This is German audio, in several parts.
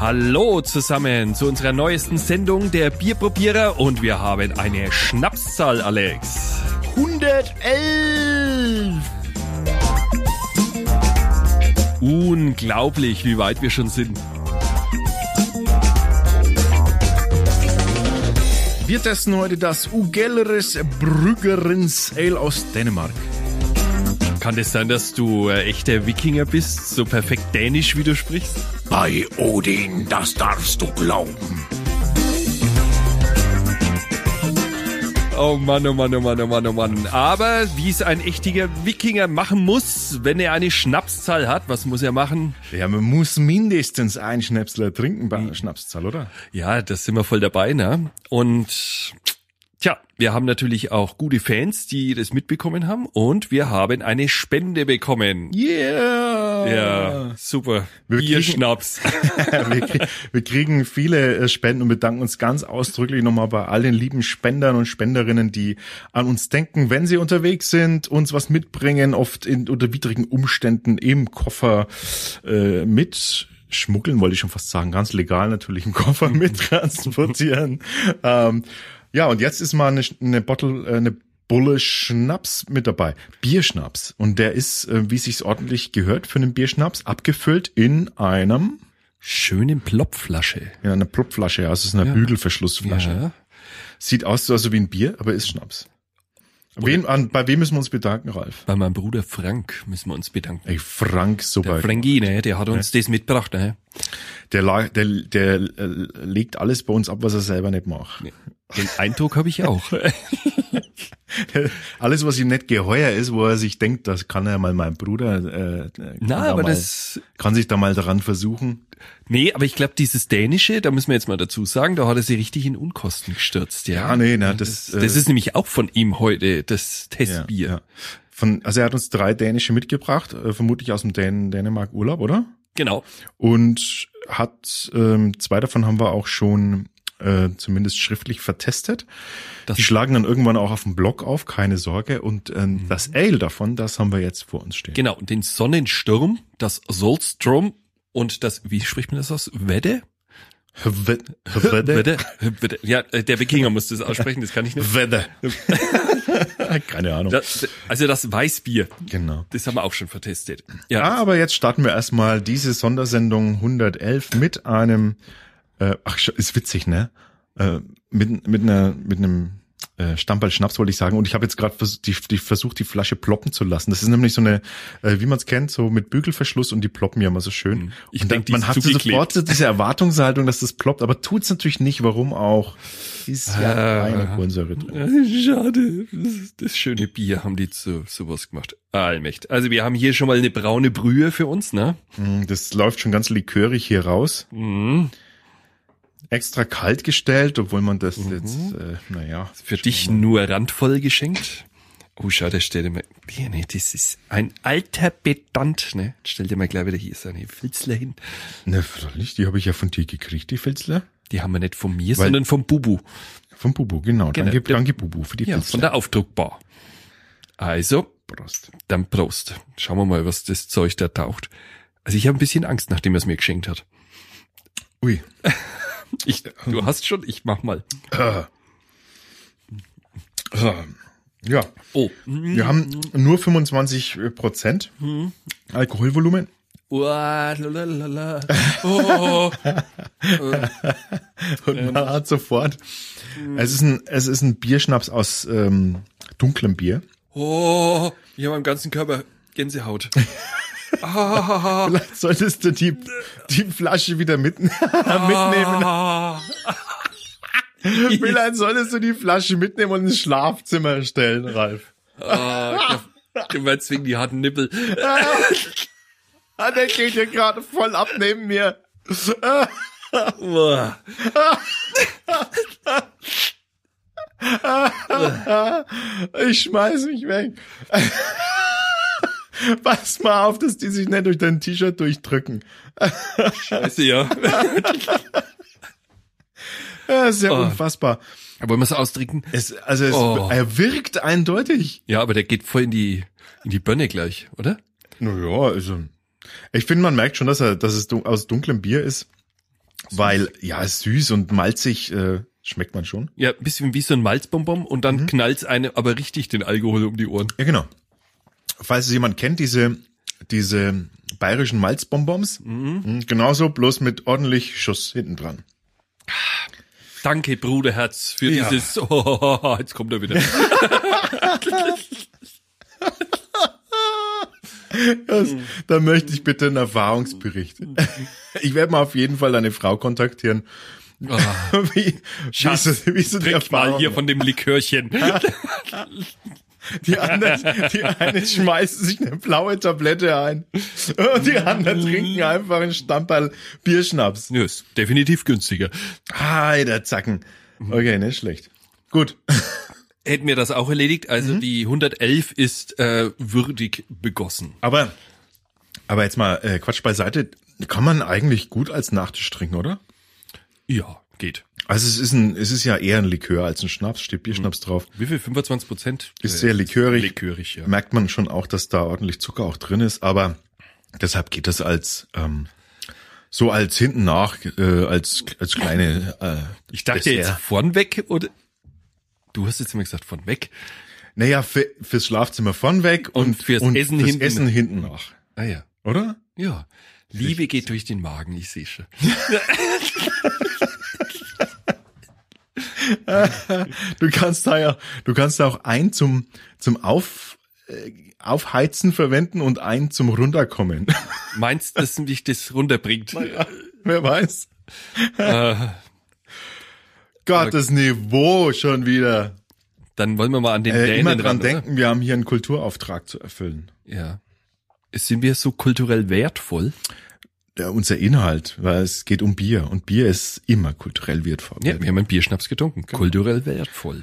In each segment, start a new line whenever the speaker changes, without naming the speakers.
Hallo zusammen zu unserer neuesten Sendung der Bierprobierer und wir haben eine Schnapszahl, Alex.
111!
Unglaublich, wie weit wir schon sind.
Wir testen heute das Ugelleres Brüggerens Ale aus Dänemark.
Kann es sein, dass du äh, echter Wikinger bist, so perfekt dänisch wie du sprichst?
Bei Odin, das darfst du glauben.
Oh Mann, oh Mann, oh Mann, oh Mann, oh Mann. Aber wie es ein echter Wikinger machen muss, wenn er eine Schnapszahl hat, was muss er machen?
Ja, man muss mindestens einen Schnäpsler trinken bei einer Schnapszahl, oder?
Ja, das sind wir voll dabei, ne? Und tja, wir haben natürlich auch gute Fans, die das mitbekommen haben und wir haben eine Spende bekommen.
Yeah!
Ja, super.
Wir
Bier,
kriegen-
Schnaps.
wir, krie- wir kriegen viele äh, Spenden und bedanken uns ganz ausdrücklich nochmal bei all den lieben Spendern und Spenderinnen, die an uns denken, wenn sie unterwegs sind, uns was mitbringen, oft in, unter widrigen Umständen im Koffer äh, mit. Schmuggeln wollte ich schon fast sagen, ganz legal natürlich im Koffer mit transportieren. ähm, ja, und jetzt ist mal eine, Sch- eine Bottle, äh, eine Bulle Schnaps mit dabei. Bierschnaps. Und der ist, äh, wie sich's ordentlich gehört, für einen Bierschnaps abgefüllt in einem
Schöne Plopflasche.
in einer Pluppflasche, ja. also Es ist eine Bügelverschlussflasche.
Ja.
Sieht aus so wie ein Bier, aber ist Schnaps. Wen, an, bei wem müssen wir uns bedanken, Ralf?
Bei meinem Bruder Frank müssen wir uns bedanken.
Ey, Frank, super.
Der
Der,
Frankie, ne, der hat uns das mitgebracht, ne?
la- der, der, äh, legt alles bei uns ab, was er selber nicht macht.
Den Eindruck habe ich auch.
Alles, was ihm nicht geheuer ist, wo er sich denkt, das kann er mal mein Bruder. Äh, kann
Na,
da
aber
mal,
das-
Kann sich da mal daran versuchen.
Nee, aber ich glaube, dieses Dänische, da müssen wir jetzt mal dazu sagen, da hat er sich richtig in Unkosten gestürzt, ja.
Ja, nee, na, das, äh,
Das ist nämlich auch von ihm heute, das Testbier.
Von, also er hat uns drei Dänische mitgebracht, äh, vermutlich aus dem Dän Dänemark Urlaub, oder?
Genau.
und hat ähm, zwei davon haben wir auch schon äh, zumindest schriftlich vertestet.
Das-
Die schlagen dann irgendwann auch auf dem Blog auf, keine Sorge. Und ähm, das Ale davon, das haben wir jetzt vor uns stehen.
Genau. Und den Sonnensturm, das Solstrom und das, wie spricht man das aus? Wedde?
Wedde. Wedde.
Wedde. Ja, äh, der Wikinger muss das aussprechen, das kann ich nicht.
Wedde. keine Ahnung.
Das, also das Weißbier,
genau.
das haben wir auch schon vertestet. Ja,
Ja, Ah, aber jetzt starten wir erstmal diese Sondersendung 111 mit einem, äh, ach, sch- ist witzig, ne? Äh, mit, mit, einer, mit einem äh, Stammball Schnaps wollte ich sagen. Und ich habe jetzt gerade vers die, die versucht, die Flasche ploppen zu lassen. Das ist nämlich so eine, äh, wie man es kennt, so mit Bügelverschluss und die ploppen ja immer so schön.
Hm. Ich
und dann,
denk, die
man
ist
hat so
zugeklebt.
sofort so diese Erwartungshaltung, dass das ploppt, aber tut's natürlich nicht. Warum auch? Ist ja
Äh,
keine Kohlensäure drin.
Schade. Das, das schöne Bier haben die zu sowas gemacht. Allmächt. Also wir haben hier schon mal eine braune Brühe für uns, ne?
Mm, Das läuft schon ganz likörig hier raus.
Mhm.
Extra kalt gestellt, obwohl man das jetzt, äh, naja.
Mhm. Für dich nur randvoll geschenkt. Oh, schau, der stellt immer. Ja, nee, das ist ein alter Pedant, ne? Stell dir mal gleich wieder hier seine Filzler hin.
Ne, freilich, die habe ich ja von dir gekriegt, die Filzler.
Die haben wir nicht von mir,
Weil-
sondern vom Bubu.
Vom Bubu, genau.
Genau.
Danke, danke Bubu für die
Ja, von
Filzler.
der Aufdruckbar. Also,
Prost.
dann Prost. Schauen wir mal, was das Zeug da taucht. Also ich habe ein bisschen Angst, nachdem er es mir geschenkt hat.
Ui.
Ich, du hast schon, ich mach mal.
Ah. Ähm, Ja,
Oh.
wir haben nur 25 Prozent
Mhm.
Alkoholvolumen.
Uah, lalalala. Oh,
Und man hat sofort.
Mhm.
Es ist ein, es ist ein Bierschnaps aus ähm, dunklem Bier.
oh, ich habe am ganzen Körper Gänsehaut.
Vielleicht solltest du die, die Flasche wieder mit, mitnehmen.
Ah,
Vielleicht solltest du die Flasche mitnehmen und ins Schlafzimmer stellen, Ralf.
ah, ja, du meinst wegen die harten Nippel.
Ah, der geht hier gerade voll ab neben mir. Ah,
Uah.
Ich schmeiß mich weg. Pass mal auf, dass die sich nicht durch dein T-Shirt durchdrücken.
Weißt du ja.
Ja, sehr
Oh.
unfassbar.
Wollen wir es austrinken?
Es, also es,
Oh.
er wirkt eindeutig.
Ja, aber der geht voll in die, in die Birne gleich, oder?
Naja, also ich finde, man merkt schon, dass er, dass es dun aus dunklem Bier ist. Weil, ja, ist süß und malzig äh, schmeckt man schon.
Ja, ein bisschen wie so ein Malzbonbon und dann
Mhm.
knallt's einem aber richtig den Alkohol um die Ohren.
Ja, genau. Falls es jemand kennt, diese, diese bayerischen Malzbonbons, mhm. genauso, bloß mit ordentlich Schuss hinten dran.
Danke, Bruderherz, für
Ja.
dieses. Oh, jetzt kommt er wieder.
Das, Da möchte ich bitte einen Erfahrungsbericht.
Mhm.
Ich werde mal auf jeden Fall deine Frau kontaktieren. Wie,
Ah. Schatz,
wie so, wie so die
Trink mal
Erfahrung
hier von dem Likörchen.
Die, anderen, die einen schmeißen sich eine blaue Tablette ein. Und die anderen trinken einfach einen Stamperl Bierschnaps.
Nö, ist definitiv günstiger.
Hi, der Zacken. Okay, nicht schlecht. Gut.
Hätten wir das auch erledigt. Also
Mhm.
die 111 ist äh, würdig begossen.
Aber, aber jetzt mal äh, Quatsch beiseite. Kann man eigentlich gut als Nachtisch trinken, oder?
Ja, geht.
Also es ist ein, es ist ja eher ein Likör als ein Schnaps, steht Bierschnaps drauf.
Wie viel? 25 Prozent? Äh,
Ist sehr likörig.
Likörig, ja.
Merkt man schon auch, dass da ordentlich Zucker auch drin ist, aber deshalb geht das als ähm, so als hinten nach, äh, als, als kleine äh,
Ich dachte jetzt
Dessert.
vorn weg oder? Du hast jetzt immer gesagt von weg.
Naja, für, fürs Schlafzimmer von weg und,
Und fürs Essen
fürs
hinten.
Essen hinten nach.
Ah ja.
Oder?
Ja. Liebe geht durch den Magen, ich sehe schon.
Du kannst da ja, du kannst da auch ein zum, zum Auf, äh, Aufheizen verwenden und ein zum Runterkommen.
Meinst du, dass mich das runterbringt?
Wer weiß.
Äh.
Gott, das Niveau schon wieder.
Dann wollen wir mal an den
Äh,
Dänen
immer dran
ran,
denken, wir haben hier einen Kulturauftrag zu erfüllen.
Oder? Ja. Sind wir so kulturell wertvoll?
Der, unser Inhalt, weil es geht um Bier und Bier ist immer kulturell wertvoll.
Ja, wir haben einen Bierschnaps getrunken.
Genau.
Kulturell wertvoll.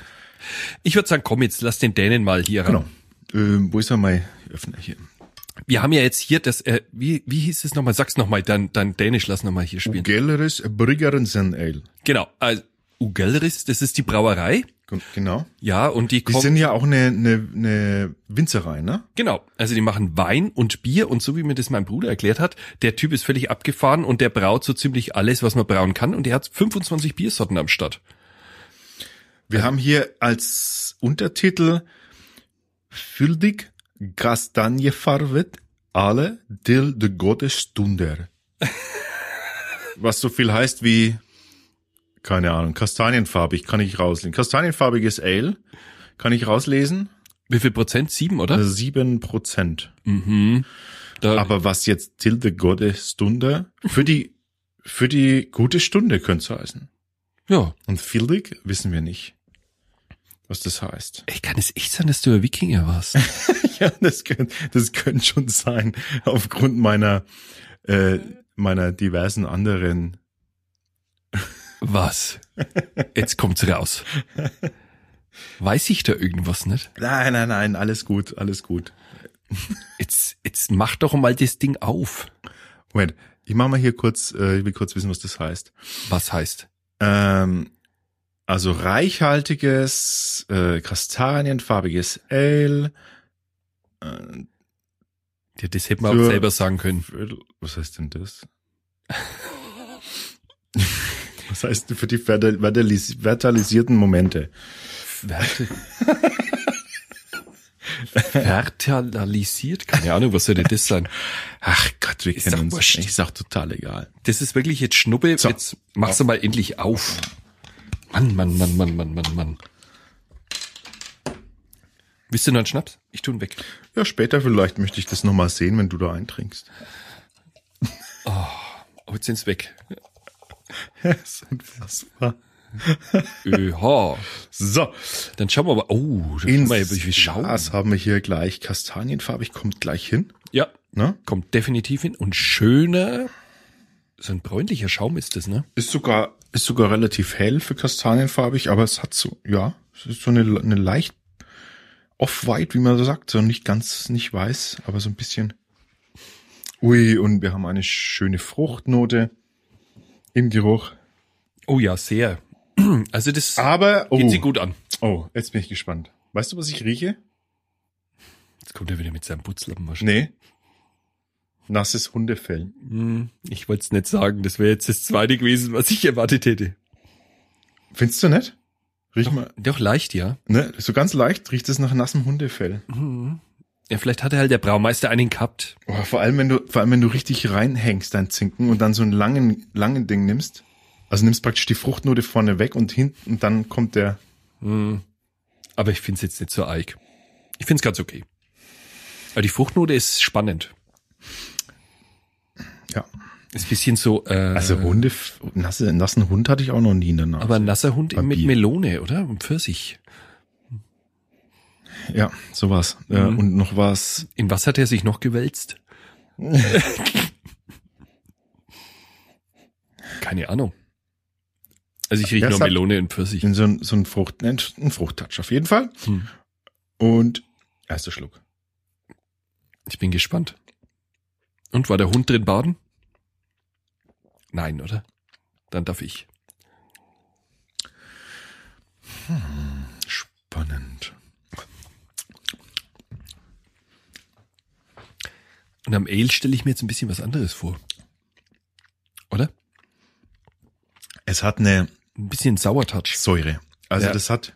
Ich würde sagen, komm jetzt, lass den Dänen mal hier ran.
Genau. Ähm, wo ist er mein Öffner hier?
Wir haben ja jetzt hier das, äh, wie, wie hieß es nochmal? Sag's nochmal, dann, dann Dänisch lass nochmal hier spielen.
Gelleres Briggerensen Ale.
Genau. Also, Ugelris, das ist die Brauerei.
Gen- Genau.
Ja, und die
Die
kommen.
sind ja auch eine, eine, eine Winzerei, ne?
Genau, also die machen Wein und Bier und so wie mir das mein Bruder erklärt hat, der Typ ist völlig abgefahren und der braut so ziemlich alles, was man brauen kann und er hat 25 Biersorten am Start.
Wir haben hier als Untertitel Füldig Kastanjefarvet alle till de Gottesstunder. Was so viel heißt wie, keine Ahnung, kastanienfarbig, kann ich rauslesen. Kastanienfarbiges Ale, kann ich rauslesen,
Wie viel Prozent? Sieben, oder?
sieben Prozent.
Mhm. Da,
Aber was jetzt till de Gottesstunder, für die, für die gute Stunde könnte es heißen.
ja.
Und Fildig wissen wir nicht, was das heißt.
Ey, kann es echt sein, dass du ein Wikinger warst?
Ja, das könnte das könnte schon sein, aufgrund meiner, äh, meiner diversen anderen.
Was? Jetzt kommt's raus. Weiß ich da irgendwas nicht?
Nein, nein, nein, alles gut, alles gut.
Jetzt, jetzt mach doch mal das Ding auf.
Moment, ich mache mal hier kurz, äh, ich will kurz wissen, was das heißt.
Was heißt?
Ähm, also reichhaltiges, äh, kastanienfarbiges Ale, äh,
Ja, das hätte man auch
Für-
selber sagen können.
Viertel- Was heißt denn das? Was heißt denn für die verda- verdalis- vertalisierten Momente?
Werte. Vertalisiert? Keine Ahnung, was sollte das sein?
Ach Gott, wir
doch
kennen uns.
wurscht.
Ich sag total egal.
Das ist wirklich jetzt Schnuppe.
So.
Jetzt machst du mal endlich auf. Mann, Mann, Mann, Mann, Mann, Mann, Mann. Willst du noch einen Schnaps? Ich tu ihn weg.
Ja, später vielleicht möchte ich das nochmal sehen, wenn du da eintrinkst.
Oh, jetzt sind's weg.
Das ist unfassbar.
Öha.
So,
Dann schauen wir mal. Oh, dann
ins
schauen wir, wie wir schauen.
Glas haben wir hier gleich kastanienfarbig, kommt gleich hin.
Ja,
Ne?
kommt definitiv hin. Und schöner, so ein bräunlicher Schaum ist das, ne?
Ist sogar, ist sogar relativ hell für kastanienfarbig, aber es hat so, ja, es ist so eine, eine leicht off-white, wie man so sagt, so nicht ganz, nicht weiß, aber so ein bisschen. Ui, und wir haben eine schöne Fruchtnote im Geruch.
Oh ja, sehr. Also das
Aber, oh,
geht sie gut an.
oh, jetzt bin ich gespannt. Weißt du, was ich rieche?
Jetzt kommt er wieder mit seinem Putzlappen wahrscheinlich.
Nee. Nasses Hundefell.
Hm, Ich wollte es nicht sagen, das wäre jetzt das zweite gewesen, was ich erwartet hätte.
Findest du nicht? Riech mal,
Doch leicht, ja.
ne, so ganz leicht riecht es nach nassem Hundefell.
Ja, vielleicht hatte halt der Braumeister einen gehabt.
Oh, vor allem, wenn du, vor allem, wenn du richtig reinhängst, dein Zinken und dann so ein langen, langen Ding nimmst. Also nimmst praktisch die Fruchtnote vorne weg und hinten, und dann kommt der,
Hm. Aber ich finde es jetzt nicht so eig. Ich finde es ganz okay. Aber die Fruchtnote ist spannend.
ja.
Ist bisschen so, äh,
Also Hunde, nasse, nassen Hund hatte ich auch noch nie in der Nase.
aber ein nasser Hund
Beim
mit
Bier.
Melone, oder? Und Pfirsich.
ja, sowas. Ja, und noch was,
In was hat er sich noch gewälzt? Keine Ahnung. Also ich rieche
Ja,
nur
es hat-
Melone und Pfirsich.
in so ein, so ein Frucht, ein, ein Fruchttouch auf jeden Fall.
Hm.
Und erster Schluck.
Ich bin gespannt. Und war der Hund drin baden? Nein, oder? Dann darf ich.
Spannend.
Und am Ale stelle ich mir jetzt ein bisschen was anderes vor. Oder?
Es hat eine
Ein bisschen Sauertouch.
Säure. Also
Ja.
das hat,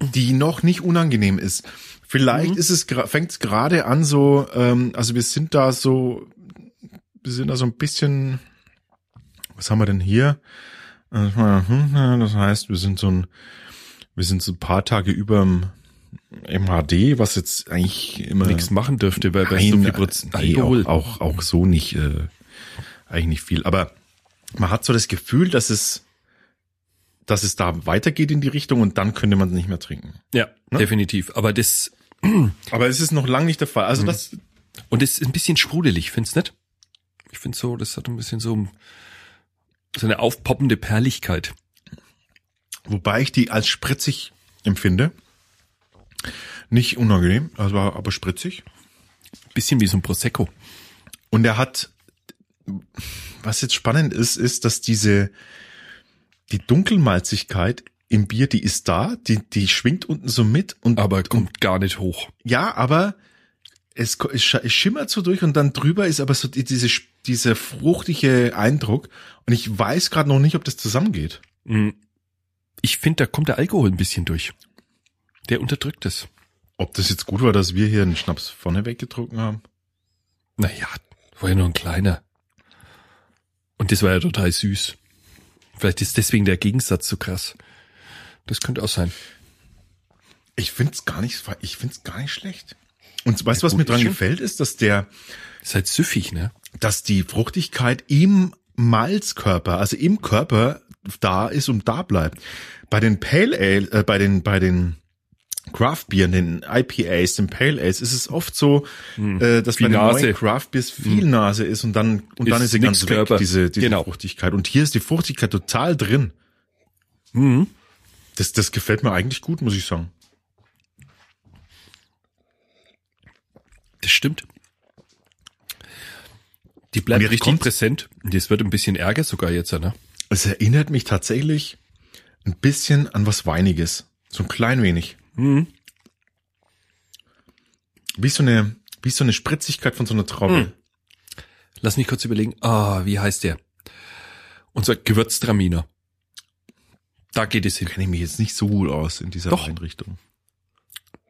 die noch nicht unangenehm ist. Vielleicht ist es fängt es gerade an so, ähm, also wir sind da so, wir sind da so ein bisschen, was haben wir denn hier? Äh, hm, Das heißt, wir sind so ein, wir sind so ein paar Tage über MHD, was jetzt eigentlich immer
Nichts machen dürfte, weil bei
Nein,
so viel
äh,
Prozent
nee,
Alkohol.
Auch, auch, auch so nicht, äh, eigentlich nicht viel. Aber man hat so das Gefühl, dass es, dass es da weitergeht in die Richtung und dann könnte man es nicht mehr trinken.
Ja,
Ne?
definitiv. Aber das,
Aber es ist noch lange nicht der Fall.
Mhm.
Also das,
und das ist ein bisschen sprudelig, findest du nicht? Ich finde so, das hat ein bisschen so, ein- so eine aufpoppende Perligkeit.
wobei ich die als spritzig empfinde. Nicht unangenehm, also war aber spritzig.
Bisschen wie so ein Prosecco.
Und er hat, was jetzt spannend ist, ist, dass diese, die Dunkelmalzigkeit im Bier, die ist da, die, die schwingt unten so mit und
Aber kommt gar nicht hoch.
Ja, aber es, ko- es scha- es schimmert so durch und dann drüber ist aber so die, diese, sch- dieser fruchtige Eindruck. Und ich weiß gerade noch nicht, ob das zusammengeht.
Mm. Ich finde, da kommt der Alkohol ein bisschen durch. Der unterdrückt es.
Ob das jetzt gut war, dass wir hier einen Schnaps vorne weggetrunken haben.
Naja, war ja nur ein kleiner. Und das war ja total süß. Vielleicht ist deswegen der Gegensatz so krass. Das könnte auch sein.
Ich find's gar nicht, ver- ich find's gar nicht schlecht. Und weißt du, was
gut,
mir
ist
dran
schon.
gefällt, ist, dass der,
Ist halt süffig, ne?
dass die Fruchtigkeit im Malzkörper, also im Körper da ist und da bleibt. Bei den Pale Ale, äh, bei den bei den Craft Bieren, den IPAs, den Pale Ales, ist es oft so, äh, dass bei
Hm. Viel
den
Nase. Hm.
neuen Craft Beers viel Nase ist und dann und dann
Ist
ist sie
nix
ganz weg,
Körper.
diese, diese
Genau.
Fruchtigkeit. Und hier ist die Fruchtigkeit total drin.
Mhm.
Das, das gefällt mir eigentlich gut, muss ich sagen.
Das stimmt. Die bleibt
Und jetzt
richtig
kommt's.
präsent. Und Das wird ein bisschen ärger sogar jetzt, ne?
Es erinnert mich tatsächlich ein bisschen an was Weiniges. So ein klein wenig.
Mhm.
Wie so eine, wie so eine Spritzigkeit von so einer Traube.
Hm. Lass mich kurz überlegen. Ah, wie heißt der? Unser Gewürztraminer. Da geht es hin.
kenne ich mich jetzt nicht so gut aus in dieser
Doch.
Einrichtung.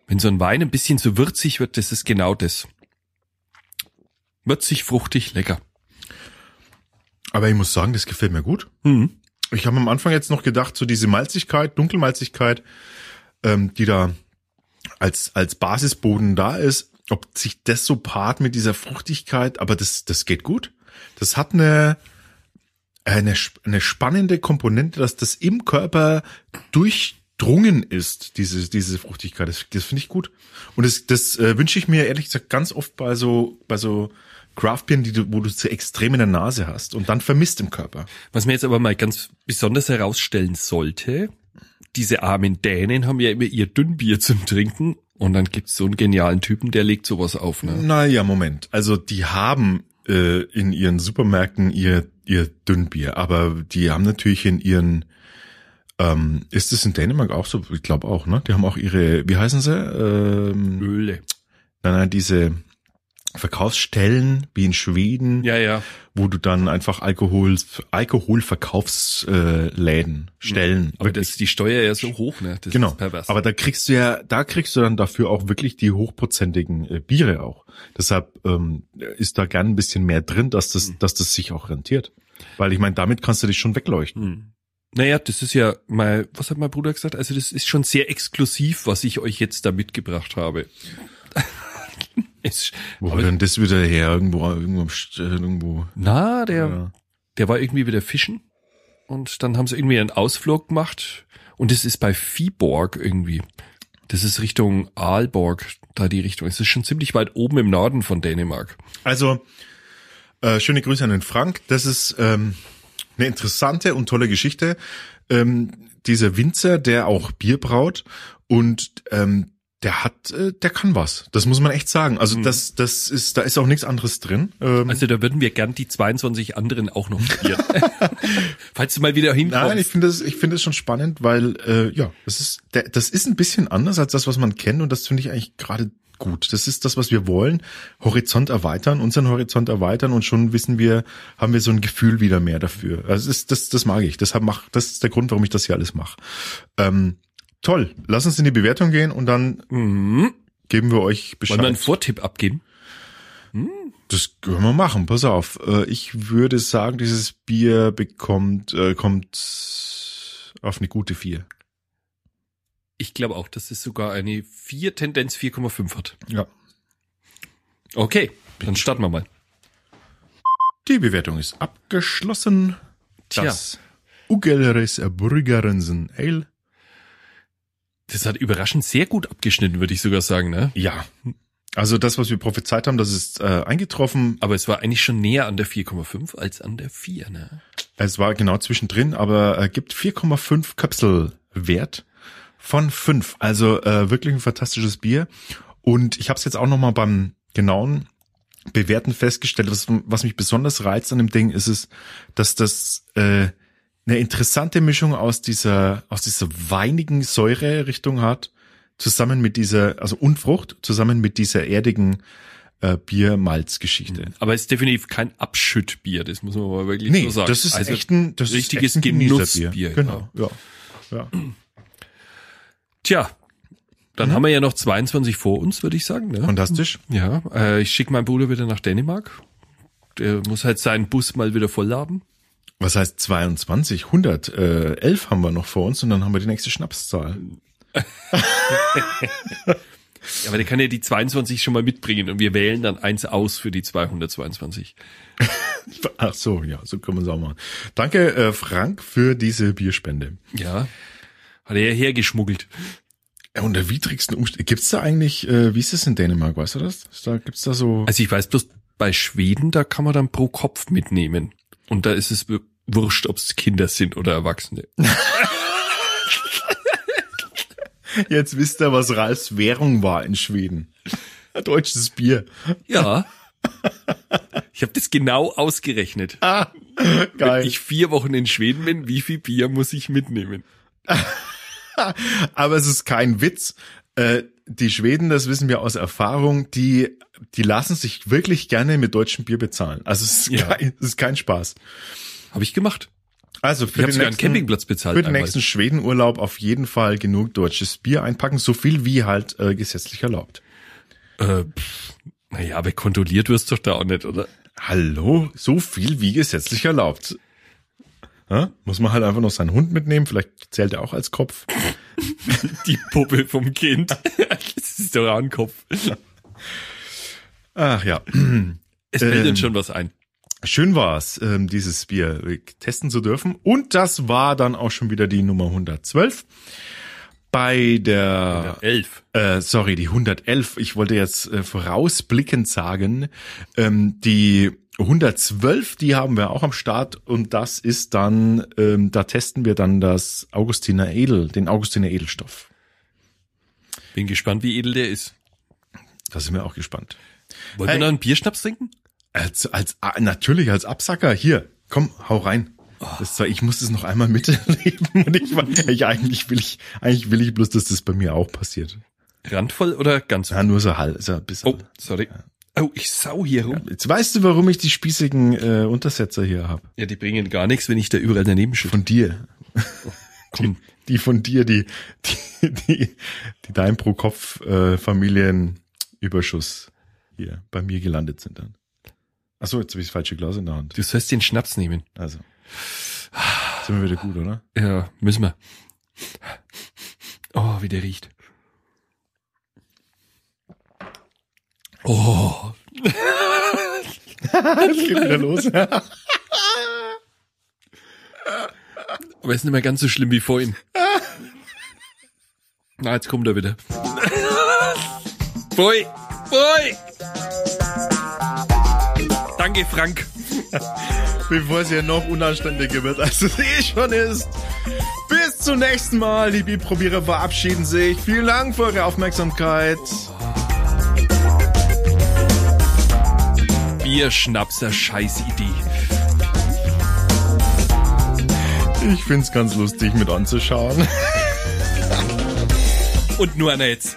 Wenn so ein Wein ein bisschen zu würzig wird, das ist genau das. Würzig, fruchtig, lecker.
Aber ich muss sagen, das gefällt mir gut.
Mhm.
Ich habe am Anfang jetzt noch gedacht, so diese Malzigkeit, Dunkelmalzigkeit, ähm, die da als, als Basisboden da ist, ob sich das so paart mit dieser Fruchtigkeit, aber das, das geht gut. Das hat eine, eine, sp- eine spannende Komponente, dass das im Körper durchdrungen ist, diese, diese Fruchtigkeit. Das, das finde ich gut. Und das, das äh, wünsche ich mir ehrlich gesagt ganz oft bei so, bei so Craftbeeren, die du, wo du zu extrem in der Nase hast und dann vermisst im Körper.
Was man jetzt aber mal ganz besonders herausstellen sollte, diese armen Dänen haben ja immer ihr Dünnbier zum Trinken und dann gibt's so einen genialen Typen, der legt sowas auf. Ne?
Naja, Moment. Also die haben äh, in ihren Supermärkten ihr, ihr Dünnbier, aber die haben natürlich in ihren ähm, ist es in Dänemark auch so? Ich glaube auch, ne? Die haben auch ihre, wie heißen sie? Ähm,
Öle.
nein, nein, diese Verkaufsstellen wie in Schweden,
Ja, ja.
wo du dann einfach Alkohol, Alkoholverkaufsläden stellen.
Mhm. Aber das ist die Steuer ja so hoch, ne? Das
Genau.
ist pervers.
Aber da kriegst du ja, da kriegst du dann dafür auch wirklich die hochprozentigen äh, Biere auch. Deshalb ähm, ist da gern ein bisschen mehr drin, dass
Mhm.
das, dass das sich auch rentiert. Weil ich meine, damit kannst du dich schon wegleuchten.
Hm. Naja, das ist ja mal, was hat mein Bruder gesagt? Also das ist schon sehr exklusiv, was ich euch jetzt da mitgebracht habe. es,
Wo war denn das wieder her? Irgendwo, irgendwo, am St- äh, irgendwo.
na, der,
Ja.
der war irgendwie wieder fischen und dann haben sie irgendwie einen Ausflug gemacht und das ist bei Viborg irgendwie. Das ist Richtung Aalborg, da die Richtung. Es ist schon ziemlich weit oben im Norden von Dänemark.
Also, äh, schöne Grüße an den Frank. Das ist ähm, eine interessante und tolle Geschichte. Ähm, dieser Winzer, der auch Bier braut und ähm, der hat, äh, der kann was. Das muss man echt sagen. Also das, das ist, da ist auch nichts anderes drin. Ähm,
Also da würden wir gern die 22 anderen auch noch probieren. Falls du mal wieder hinkommst.
Nein, ich finde das, ich finde es schon spannend, weil äh, ja, das ist, der, das ist ein bisschen anders als das, was man kennt und das finde ich eigentlich gerade gut. Das ist das, was wir wollen: Horizont erweitern, unseren Horizont erweitern und schon wissen wir, haben wir so ein Gefühl wieder mehr dafür. Also es ist, das, das mag ich. Deshalb mach, das ist der Grund, warum ich das hier alles mache. Ähm, toll. Lass uns in die Bewertung gehen und dann
mhm.
geben wir euch
Wollen wir einen
Bescheid.
Vortipp abgeben?
Das können wir machen. Pass auf. Äh, Ich würde sagen, dieses Bier bekommt äh, kommt auf eine gute vier.
Ich glaube auch, dass es sogar eine 4 Tendenz 4,5 hat.
Ja.
Okay, dann starten wir mal.
Die Bewertung ist abgeschlossen.
Tja.
Das Ugeleres Brüggerensen Ale.
Das hat überraschend sehr gut abgeschnitten, würde ich sogar sagen, ne?
Ja. Also das, was wir prophezeit haben, das ist äh, eingetroffen.
Aber es war eigentlich schon näher an der 4,5 als an der 4, ne?
Es war genau zwischendrin, aber äh, gibt 4,5 Köpsel Wert von 5. Also äh, wirklich ein fantastisches Bier. Und ich habe es jetzt auch nochmal beim genauen Bewerten festgestellt, was, was mich besonders reizt an dem Ding, ist es, dass das äh, eine interessante Mischung aus dieser, aus dieser weinigen Säure-Richtung hat, zusammen mit dieser, also Unfrucht, zusammen mit dieser erdigen äh, Bier-Malz-Geschichte.
Aber es ist definitiv kein Abschüttbier, das muss man mal wirklich
Nee,
so sagen.
das ist
Also,
echt ein das
richtiges
ist echt ein
Genussbier,
Genießerbier.
genau.
Genau, ja. ja.
Tja,
Mhm.
dann haben wir ja noch 22 vor uns, würde ich sagen, ne?
Fantastisch.
ja, äh, ich schicke meinen Bruder wieder nach Dänemark. Der muss halt seinen Bus mal wieder vollladen.
Was heißt 22? 111 haben wir noch vor uns und dann haben wir die nächste Schnapszahl.
Ja, aber der kann ja die 22 schon mal mitbringen und wir wählen dann eins aus für die 222.
Ach so, ja, so können wir es auch machen. Danke, äh, Frank, für diese Bierspende.
Ja. Hat er ja hergeschmuggelt.
Äh, Unter widrigsten Umständen. Gibt's da eigentlich, äh, wie ist es in Dänemark, weißt du das? Ist da, gibt's da so.
Also ich weiß bloß, bei Schweden, da kann man dann pro Kopf mitnehmen. Und da ist es w- wurscht, ob es Kinder sind oder Erwachsene.
Jetzt wisst ihr, was Ralfs Währung war in Schweden. Deutsches Bier.
Ja. Ich habe das genau ausgerechnet.
Ah,
Wenn
geil.
ich vier Wochen in Schweden bin, wie viel Bier muss ich mitnehmen?
Aber es ist kein Witz. Äh, die Schweden, das wissen wir aus Erfahrung, die, die lassen sich wirklich gerne mit deutschem Bier bezahlen. Also es ist,
Ja.
kein, es ist kein Spaß.
Habe ich gemacht.
Also
Ich
für
habe
den
sogar einen
nächsten,
Campingplatz bezahlt.
für den
einmal.
nächsten Schwedenurlaub auf jeden Fall genug deutsches Bier einpacken, so viel wie halt äh, gesetzlich erlaubt.
Äh, pff, naja, aber kontrolliert wirst du doch da auch nicht, oder?
Hallo, so viel wie gesetzlich erlaubt. Ja? Muss man halt einfach noch seinen Hund mitnehmen, vielleicht zählt er auch als Kopf.
Die Puppe vom Kind. Das ist doch ein Kopf.
Ach ja.
Es fällt
Ähm.
uns schon was ein.
Schön war's, ähm, dieses Bier testen zu dürfen. Und das war dann auch schon wieder die Nummer 112. Bei der,
Elf.
äh, sorry, die 111. Ich wollte jetzt äh, vorausblickend sagen, ähm, die 112, die haben wir auch am Start. Und das ist dann, ähm, da testen wir dann das Augustiner Edel, den Augustiner Edelstoff.
Bin gespannt, wie edel der ist.
Da sind wir auch gespannt.
Wollen
Hey.
wir noch einen Bierschnaps trinken?
Als, als, ah, natürlich, als Absacker. Hier, komm, hau rein. Das zwar, ich muss es noch einmal miterleben. Und ich, war- ich, eigentlich, will ich, eigentlich will ich bloß, dass das bei mir auch passiert.
Randvoll oder ganz?
Ja, nur so halb, so ein bisschen.
Oh, sorry. Oh, ich sau hier rum.
Jetzt weißt du, warum ich die spießigen äh, Untersetzer hier habe.
Ja, die bringen gar nichts, wenn ich da überall daneben schütte.
Von dir. Die, die von dir, die, die, die, die dein pro Kopf äh, Familienüberschuss hier bei mir gelandet sind dann. Achso, jetzt habe ich das falsche Glas in der Hand.
Du sollst den Schnaps nehmen.
Also. Sind wir wieder gut, oder?
Ja, müssen wir. Oh, wie der riecht. Oh,
Jetzt geht wieder los.
aber ist nicht mehr ganz so schlimm wie vorhin. Na, jetzt kommt er wieder. Boi, boi. Danke, Frank.
Bevor es ja noch unanständiger wird, als es eh schon ist. Bis zum nächsten Mal. Die Bierprobierer verabschieden sich. Vielen Dank für eure Aufmerksamkeit.
Bierschnapser, Scheißidee.
Ich find's ganz lustig mit anzuschauen.
Und nur einer jetzt.